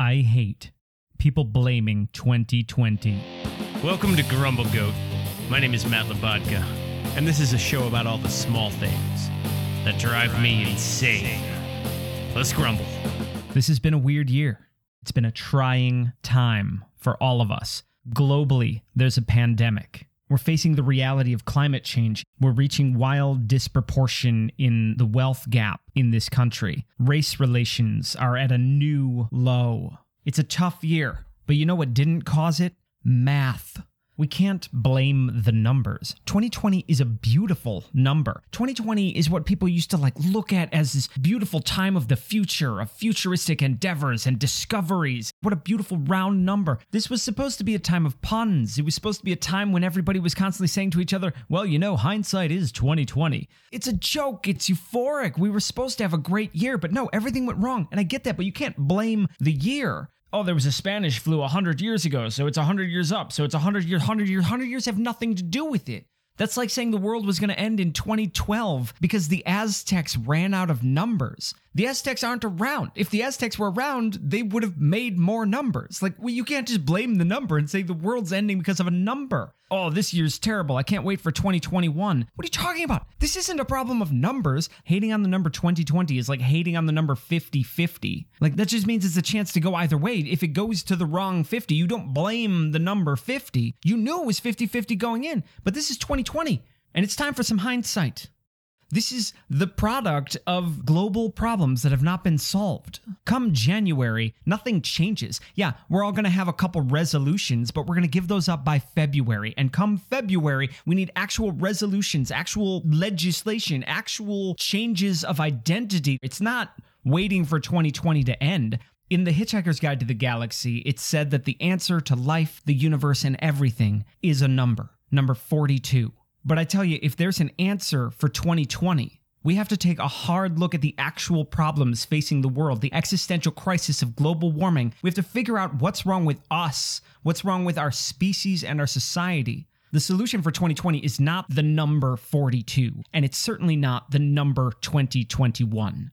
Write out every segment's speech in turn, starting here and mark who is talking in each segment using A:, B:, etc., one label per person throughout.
A: I hate people blaming 2020.
B: Welcome to Grumble Goat. My name is Matt Labodka, and this is a show about all the small things that drive me insane. Let's grumble.
A: This has been a weird year. It's been a trying time for all of us. Globally, there's a pandemic. We're facing the reality of climate change. We're reaching wild disproportion in the wealth gap in this country. Race relations are at a new low. It's a tough year, but you know what didn't cause it? Math. We can't blame the numbers. 2020 is a beautiful number. 2020 is what people used to like look at as this beautiful time of the future, of futuristic endeavors and discoveries. What a beautiful round number. This was supposed to be a time of puns. It was supposed to be a time when everybody was constantly saying to each other, "Well, you know, hindsight is 2020." It's a joke. It's euphoric. We were supposed to have a great year, but no, everything went wrong. And I get that, but you can't blame the year oh, there was a Spanish flu 100 years ago, so it's 100 years up, so it's 100 years, 100 years, 100 years have nothing to do with it. That's like saying the world was going to end in 2012 because the Aztecs ran out of numbers. The Aztecs aren't around. If the Aztecs were around, they would have made more numbers. Like, well, you can't just blame the number and say the world's ending because of a number. Oh, this year's terrible. I can't wait for 2021. What are you talking about? This isn't a problem of numbers. Hating on the number 2020 is like hating on the number 50 50. Like, that just means it's a chance to go either way. If it goes to the wrong 50, you don't blame the number 50. You knew it was 50 50 going in, but this is 2020, and it's time for some hindsight. This is the product of global problems that have not been solved. Come January, nothing changes. Yeah, we're all going to have a couple resolutions, but we're going to give those up by February. And come February, we need actual resolutions, actual legislation, actual changes of identity. It's not waiting for 2020 to end. In The Hitchhiker's Guide to the Galaxy, it's said that the answer to life, the universe, and everything is a number, number 42. But I tell you, if there's an answer for 2020, we have to take a hard look at the actual problems facing the world, the existential crisis of global warming. We have to figure out what's wrong with us, what's wrong with our species and our society. The solution for 2020 is not the number 42, and it's certainly not the number 2021.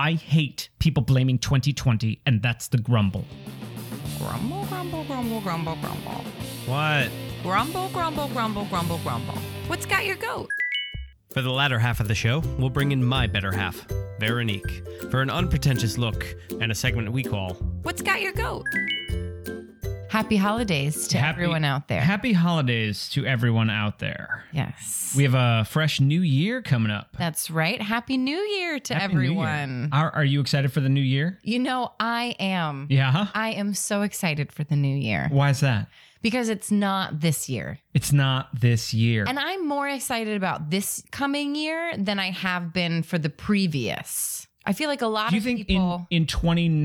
A: I hate people blaming 2020, and that's the grumble.
C: Grumble, grumble, grumble, grumble, grumble.
B: What?
C: Grumble, grumble, grumble, grumble, grumble. What's got your goat?
B: For the latter half of the show, we'll bring in my better half, Veronique, for an unpretentious look and a segment we call
C: What's got your goat?
D: Happy holidays to
A: Happy-
D: everyone out there.
A: Happy holidays to everyone out there.
D: yes.
A: We have a fresh new year coming up.
D: That's right. Happy New Year to
A: Happy New Year.
D: everyone.
A: Are, are you excited for the new year?
D: You know, I am.
A: Yeah.
D: I am so excited for the new year
A: Why is that?
D: because it's not this year.
A: It's not this year.
D: And I'm more excited about this coming year than I have been for the previous. I feel like a lot
A: Do you
D: of
A: think in,
D: people.
A: in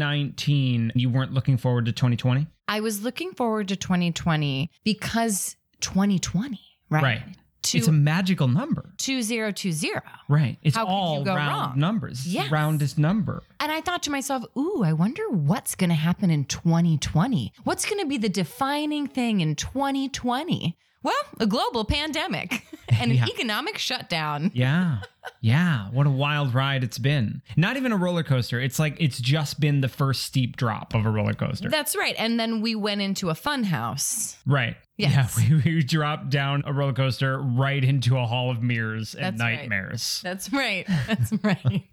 A: 2019 you weren't looking forward to 2020?
D: I was looking forward to 2020 because 2020, right?
A: Right.
D: Two,
A: it's a magical number.
D: 2020.
A: Right. It's
D: How could you
A: all
D: go
A: round
D: wrong?
A: numbers. It's the
D: Yes.
A: Roundest number.
D: And I thought to myself, ooh, I wonder what's going to happen in 2020. What's going to be the defining thing in 2020? Well, a global pandemic and
A: Yeah.
D: an economic shutdown.
A: Yeah. Yeah. What a wild ride it's been. Not even a roller coaster. It's like it's just been the first steep drop of a roller coaster.
D: That's right. And then we went into a fun house.
A: right.
D: Yes.
A: Yeah. We, we dropped down a roller coaster right into a hall of mirrors and
D: That's right.
A: nightmares.
D: That's right. That's right.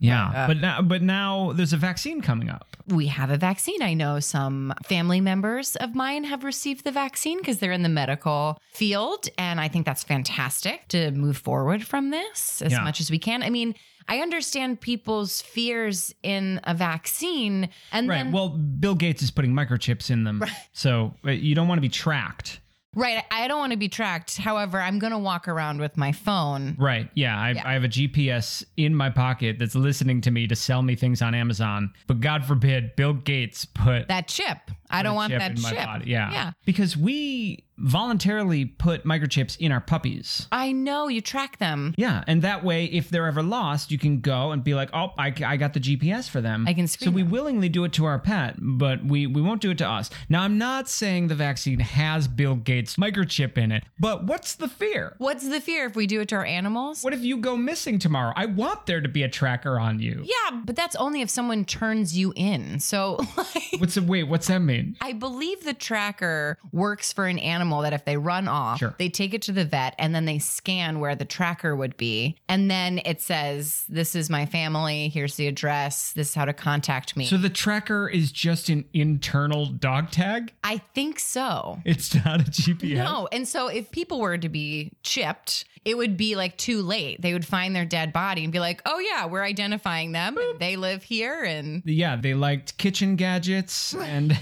A: Yeah. but now but now there's a vaccine coming up.
D: we have a vaccine. I know some family members of mine have received the vaccine because they're in the medical field. And I think that's fantastic to move forward from this as
A: Yeah.
D: much as we can. I mean, I understand people's fears in a vaccine. And
A: Right.
D: then,
A: Well, Bill Gates is putting microchips in them. So uh, you don't want to be tracked.
D: right. I don't want to be tracked. However, I'm going to walk around with my phone.
A: Right. Yeah I, I have a GPS in my pocket that's listening to me to sell me things on Amazon. But God forbid Bill Gates put
D: That chip. I don't
A: put a
D: want
A: chip
D: that
A: in my
D: chip.
A: body. Yeah.
D: Yeah.
A: Because we voluntarily put microchips in our puppies.
D: I know you track them.
A: Yeah, and that way, if they're ever lost, you can go and be like, "Oh, I, I got the GPS for them."
D: I can
A: So
D: screen
A: we
D: them.
A: willingly do it to our pet, but we we won't do it to us. Now, I'm not saying the vaccine has Bill Gates microchip in it, but what's the fear?
D: What's the fear if we do it to our animals?
A: What if you go missing tomorrow? I want there to be a tracker on you.
D: Yeah, but that's only if someone turns you in. So, like,
A: What's wait? What's that mean?
D: I believe the tracker works for an animal that if they run off,
A: Sure.
D: they take it to the vet and then they scan where the tracker would be. And then it says, This is my family. Here's the address. This is how to contact me.
A: So the tracker is just an internal dog tag.
D: I think so.
A: It's not a GPS.
D: No. And so if people were to be chipped, it would be like too late. They would find their dead body and be like, oh, yeah, we're identifying them. And they live here. And
A: Yeah, they liked kitchen gadgets and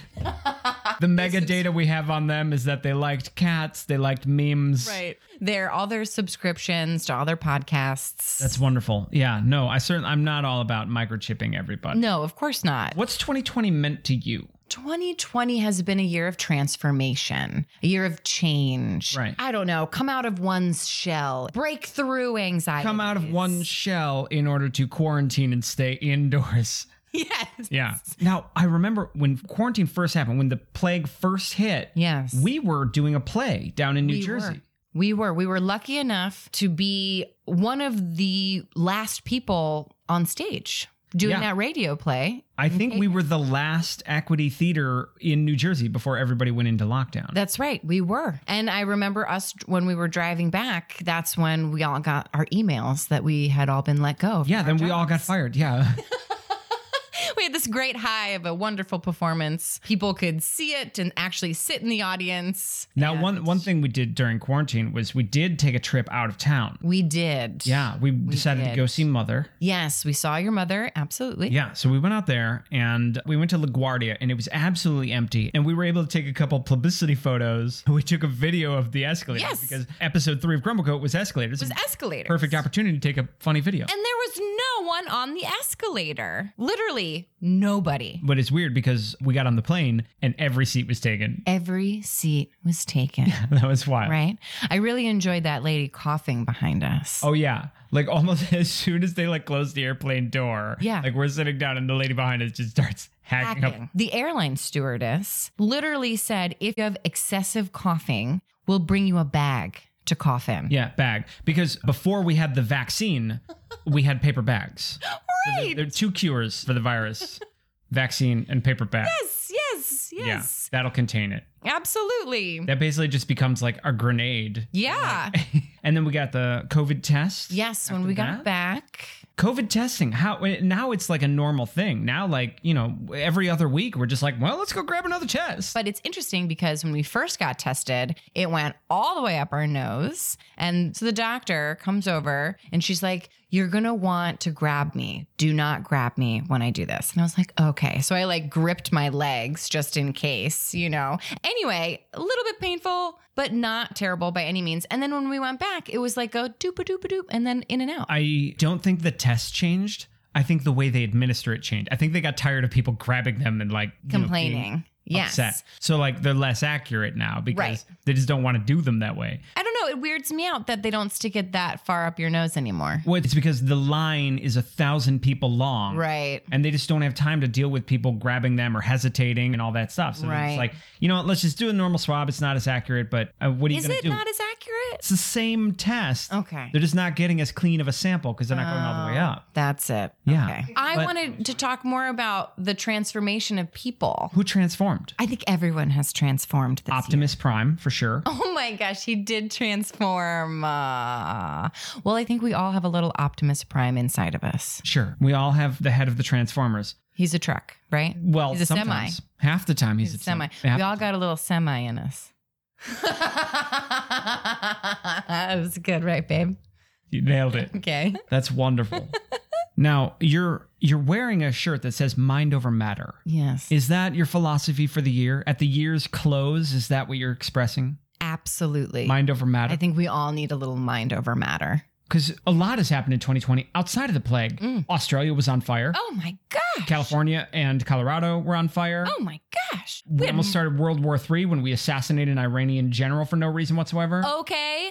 A: the mega data we have on them is that they liked cats, they liked memes.
D: they're all their subscriptions to all their podcasts.
A: That's wonderful. Yeah, no, I certainly I'm not all about microchipping everybody.
D: no, of course not.
A: What's 2020 meant to you?
D: 2020 has been a year of transformation, a year of change.
A: Right.
D: I don't know. Come out of one's shell, break through anxiety.
A: Come out of one shell in order to quarantine and stay indoors.
D: Yes.
A: Yeah. Now, I remember when quarantine first happened, when the plague first hit,
D: Yes.
A: we were doing a play down in New
D: We
A: Jersey.
D: were. We were. We were lucky enough to be one of the last people on stage doing
A: Yeah.
D: that radio play.
A: I think
D: Mm-hmm.
A: we were the last equity theater in New Jersey before everybody went into lockdown.
D: That's right. We were. And I remember us when we were driving back, that's when we all got our emails that we had all been let go.
A: Yeah, then we all got fired. Yeah.
D: We had this great high of a wonderful performance. People could see it and actually sit in the audience.
A: now one one thing we did during quarantine was we did take a trip out of town.
D: We did.
A: Yeah, we, decided to
D: did.
A: go see mother.
D: Yes, we saw your mother. Absolutely.
A: Yeah, so we went out there and we went to LaGuardia and it was absolutely empty and we were able to take a couple publicity photos. We took a video of the escalators
D: Yes.
A: because episode 3 of Grumblecoat was escalators.
D: It was escalators.
A: perfect opportunity to take a funny video.
D: And there was no one on the escalator. Literally nobody.
A: but it's weird because we got on the plane and every seat was taken.
D: Every seat was taken,
A: That was wild.
D: right? I really enjoyed that lady coughing behind us.
A: Oh yeah, like almost as soon as they like close the airplane door.
D: Yeah.
A: like we're sitting down and the lady behind us just starts hacking,
D: Hacking.
A: up.
D: The airline stewardess literally said if you have excessive coughing, we'll bring you a bag to cough in.
A: Yeah, bag because before we had the vaccine, we had paper bags.
D: Right.
A: There are two cures for the virus: vaccine and paper bag.
D: Yes, yes, yes.
A: Yeah, that'll contain it.
D: Absolutely.
A: That basically just becomes like a grenade.
D: yeah.
A: And then we got the COVID test.
D: yes, when we got
A: that?
D: back.
A: COVID testing. How now it's like a normal thing. Now, like you know, every other week we're just like, well, let's go grab another test.
D: But it's interesting because when we first got tested, it went all the way up our nose. And so the doctor comes over and she's like, You're going to want to grab me. Do not grab me when I do this. And I was like, Okay. So I like gripped my legs just in case, you know. Anyway, a little bit painful, but not terrible by any means. And then when we went back, it was like a doop a doop a doop and then in and out.
A: I don't think the test changed. I think the way they administer it changed. I think they got tired of people grabbing them and like you know, being
D: Complaining. Yes.
A: upset. So like they're less accurate now because
D: Right.
A: they just don't want to do them that way.
D: I don't know. It weirds me out that they don't stick it that far up your nose anymore.
A: Well, it's because the line is a thousand people long.
D: Right.
A: And they just don't have time to deal with people grabbing them or hesitating and all that stuff. So they're just
D: Right.
A: like, you know what, let's just do a normal swab. It's not as accurate, but uh, what are you
D: Is
A: going
D: it
A: to do?
D: not as accurate?
A: it's the same test.
D: Okay. Oh.
A: They're just not getting as clean of a sample because they're not going all the way up.
D: That's it.
A: Yeah.
D: Okay. I
A: But-
D: wanted to talk more about the transformation of people.
A: Who transformed?
D: I think everyone has transformed this. year.
A: Optimus Prime, for sure.
D: Oh my gosh, he did transform. Uh, well, I think we all have a little Optimus Prime inside of us.
A: Sure. We all have the head of the Transformers.
D: He's a truck, right?
A: Well,
D: he's a semi.
A: sometimes. Half the time he's,
D: He's a
A: a sem-
D: semi.
A: half-
D: We all got a little semi in us. that was good, right, babe?
A: you nailed it.
D: Okay.
A: That's wonderful. now you're you're wearing a shirt that says "Mind over Matter."
D: Yes.
A: Is that your philosophy for the year? At the year's close, is that what you're expressing?
D: Absolutely.
A: Mind over matter.
D: I think we all need a little mind over matter.
A: because a lot has happened in 2020 outside of the plague.
D: Mm.
A: Australia was on fire.
D: Oh my gosh.
A: California and Colorado were on fire.
D: Oh my gosh.
A: we
D: had-
A: almost started World War III when we assassinated an Iranian general for no reason
D: Oh,
A: whatsoever.
D: okay.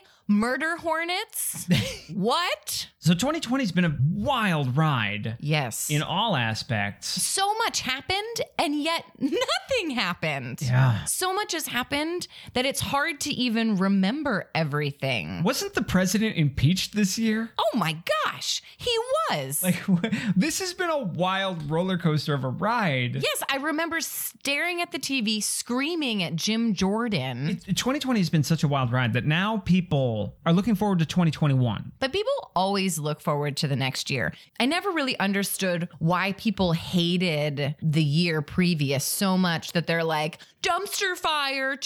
D: Murder hornets. what?
A: So 2020 has been a wild ride
D: Yes.
A: in all aspects.
D: so much happened and yet nothing happened.
A: Yeah.
D: So much has happened that it's hard to even remember everything.
A: Wasn't the president impeached this year?
D: Oh my gosh, he was.
A: Like, this has been a wild roller coaster of a ride.
D: yes, I remember staring at the TV, screaming at Jim Jordan.
A: 2020 has been such a wild ride that now people are looking forward to 2021.
D: But people always look forward to the next year. I never really understood why people hated the year previous so much that they're like, dumpster fire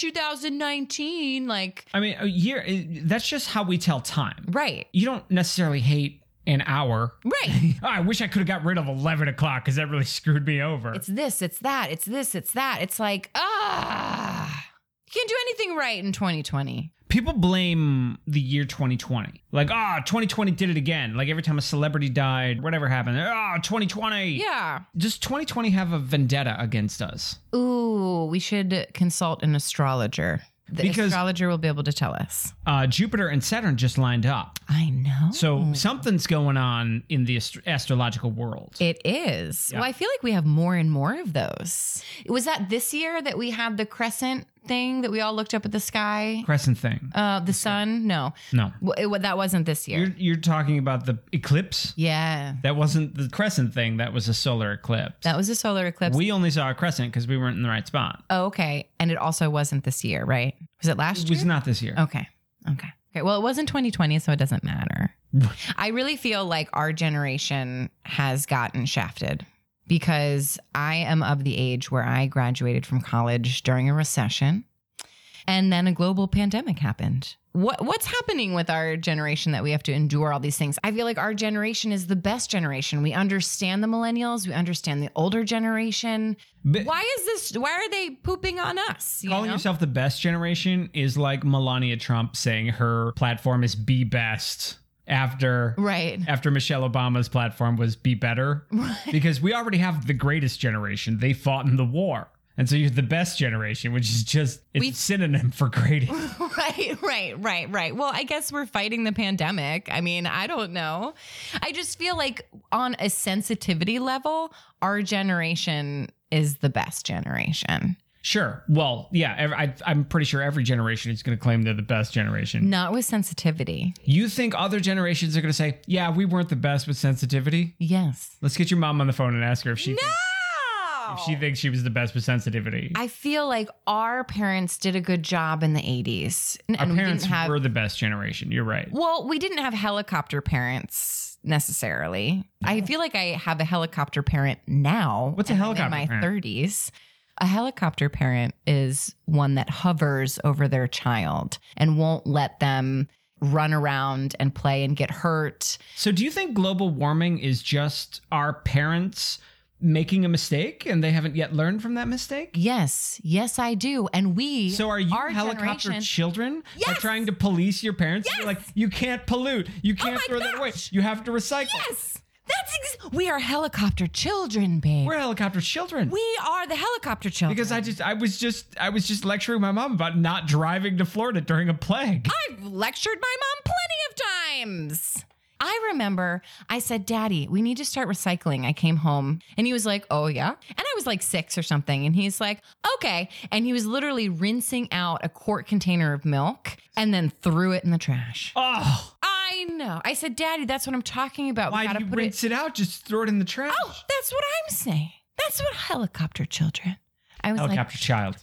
D: 2019. Like,
A: I mean, a year, that's just how we tell time.
D: right,
A: You don't necessarily hate an hour.
D: right.
A: Oh, I wish I could have got rid of 11 o'clock because that really screwed me over.
D: It's this, it's that, it's this, it's that. It's like, ah, you can't do anything right in 2020.
A: People blame the year 2020. Like, ah, 2020 did it again. Like every time a celebrity died, whatever happened, ah, 2020.
D: Yeah.
A: Does 2020 have a vendetta against us?
D: Ooh, we should consult an astrologer. The
A: Because-
D: astrologer will be able to tell us.
A: Uh, Jupiter and Saturn just lined up.
D: I know.
A: So something's going on in the astro- astrological world.
D: It is. Well, I feel like we have more and more of those. Was that this year that we had the crescent thing that we all looked up at the sky?
A: Crescent thing.
D: Uh, the sun? No.
A: No.
D: W- it- that wasn't this year.
A: You're, you're talking about the eclipse?
D: yeah.
A: That wasn't the crescent thing, that was a solar eclipse.
D: That was a solar eclipse.
A: we only saw a crescent because we weren't in the right spot.
D: oh, okay. And it also wasn't this year, right? Was it last
A: It
D: year?
A: was not this year.
D: Okay. Okay. Okay. Well, it wasn't 2020, so it doesn't matter. I really feel like our generation has gotten shafted because I am of the age where I graduated from college during a recession and then a global pandemic happened. What what's happening with our generation that we have to endure all these things? I feel like our generation is the best generation. We understand the millennials, we understand the older generation.
A: But-
D: Why is this why are they pooping on us? you
A: Calling
D: know?
A: yourself the best generation is like Melania Trump saying her platform is be best after
D: right.
A: after Michelle Obama's platform was be better because we already have the greatest generation. They fought in the war. And so you're the best generation, which is just it's
D: We-
A: a synonym for greatest.
D: right, right, right, right. Well, I guess we're fighting the pandemic. I mean, I don't know. I just feel like on a sensitivity level, our generation is the best generation.
A: Sure. Well, yeah, ev- I, I'm pretty sure every generation is going to claim they're the best generation.
D: Not with sensitivity.
A: You think other generations are going to say, "Yeah, we weren't the best with sensitivity"?
D: Yes.
A: Let's get your mom on the phone and ask her if she thinks,
D: No.
A: if she thinks she was the best with sensitivity.
D: I feel like our parents did a good job in the 80s. and-
A: Our
D: and we didn't
A: parents
D: have-
A: were the best generation. You're right.
D: Well, we didn't have helicopter parents necessarily. I feel like I have a helicopter parent now.
A: What's a
D: and I'm
A: helicopter
D: In my
A: parent?
D: 30s. A helicopter parent is one that hovers over their child and won't let them run around and play and get hurt.
A: So, do you think global warming is just our parents making a mistake and they haven't yet learned from that mistake?
D: Yes, yes, I do. And we
A: So, are you
D: our
A: helicopter
D: generation-
A: children by
D: Yes!
A: trying to police your parents? You're like, you can't pollute. You can't
D: Oh my
A: throw that away.
D: gosh!
A: You have to recycle.
D: Yes, that's ex- we are helicopter children, babe.
A: We're helicopter children.
D: we are the helicopter children.
A: because I just I was just I was just lecturing my mom about not driving to Florida during a plague.
D: I've lectured my mom plenty of times. I remember I said, Daddy, we need to start recycling. I came home and he was like, Oh, yeah. And I was like six or something. And he's like, Okay. And he was literally rinsing out a quart container of milk and then threw it in the trash.
A: Oh,
D: I know. I said, Daddy, that's what I'm talking about.
A: why
D: gotta
A: do you
D: put it-
A: rinse it-, out? Just throw it in the trash.
D: Oh, that's what I'm saying. That's what helicopter children. I was like,
A: helicopter child.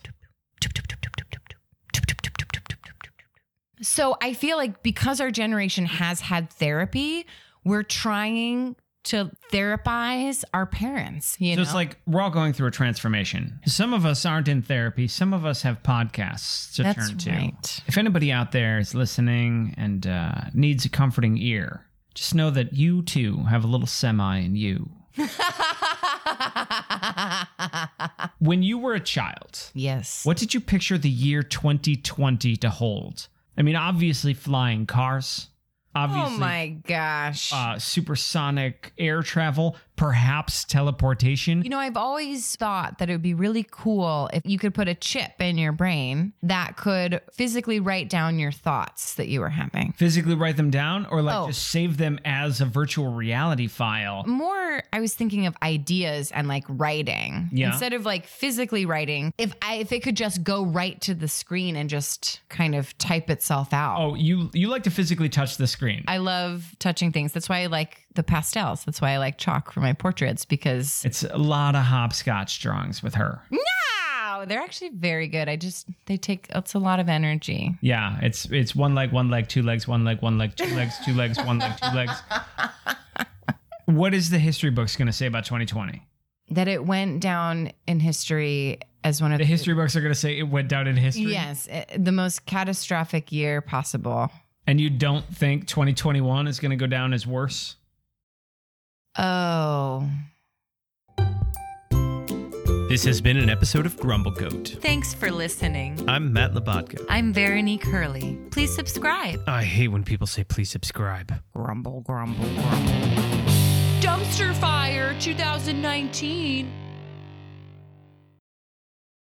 D: So I feel like because our generation has had therapy, we're trying to therapize our parents. You
A: So it's
D: know?
A: like we're all going through a transformation. Some of us aren't in therapy. Some of us have podcasts to
D: That's
A: turn to.
D: right.
A: If anybody out there is listening and uh, needs a comforting ear, just know that you too have a little semi in you. When you were a child,
D: yes.
A: What did you picture the year 2020 to hold? I mean, obviously flying cars, obviously
D: Oh my gosh.
A: uh, supersonic air travel, perhaps teleportation.
D: You know, I've always thought that it would be really cool if you could put a chip in your brain that could physically write down your thoughts that you were having.
A: Physically write them down or like
D: Oh.
A: just save them as a virtual reality file.
D: More, I was thinking of ideas and like writing
A: Yeah.
D: instead of like physically writing. If I if it could just go right to the screen and just kind of type itself out.
A: Oh, you you like to physically touch the screen.
D: I love touching things. That's why I like the pastels. That's why I like chalk for my portraits because
A: it's a lot of hopscotch drawings with her.
D: Mm. wow, they're actually very good. I just they take it's a lot of energy.
A: Yeah, it's it's one leg, one leg, two legs, one leg, one leg, two legs, two legs, one leg, two legs. What is the history books going to say about 2020?
D: That it went down in history as one of
A: The history books are going to say it went down in history.
D: Yes, eh, the most catastrophic year possible.
A: And you don't think 2021 is going to go down as worse?
D: Oh,
B: This has been an episode of Grumble Goat.
C: Thanks for listening.
B: I'm Matt Labatka.
C: I'm Veronique Curley. Please subscribe.
B: I hate when people say please subscribe.
D: grumble, grumble, grumble.
C: Dumpster Fire 2019.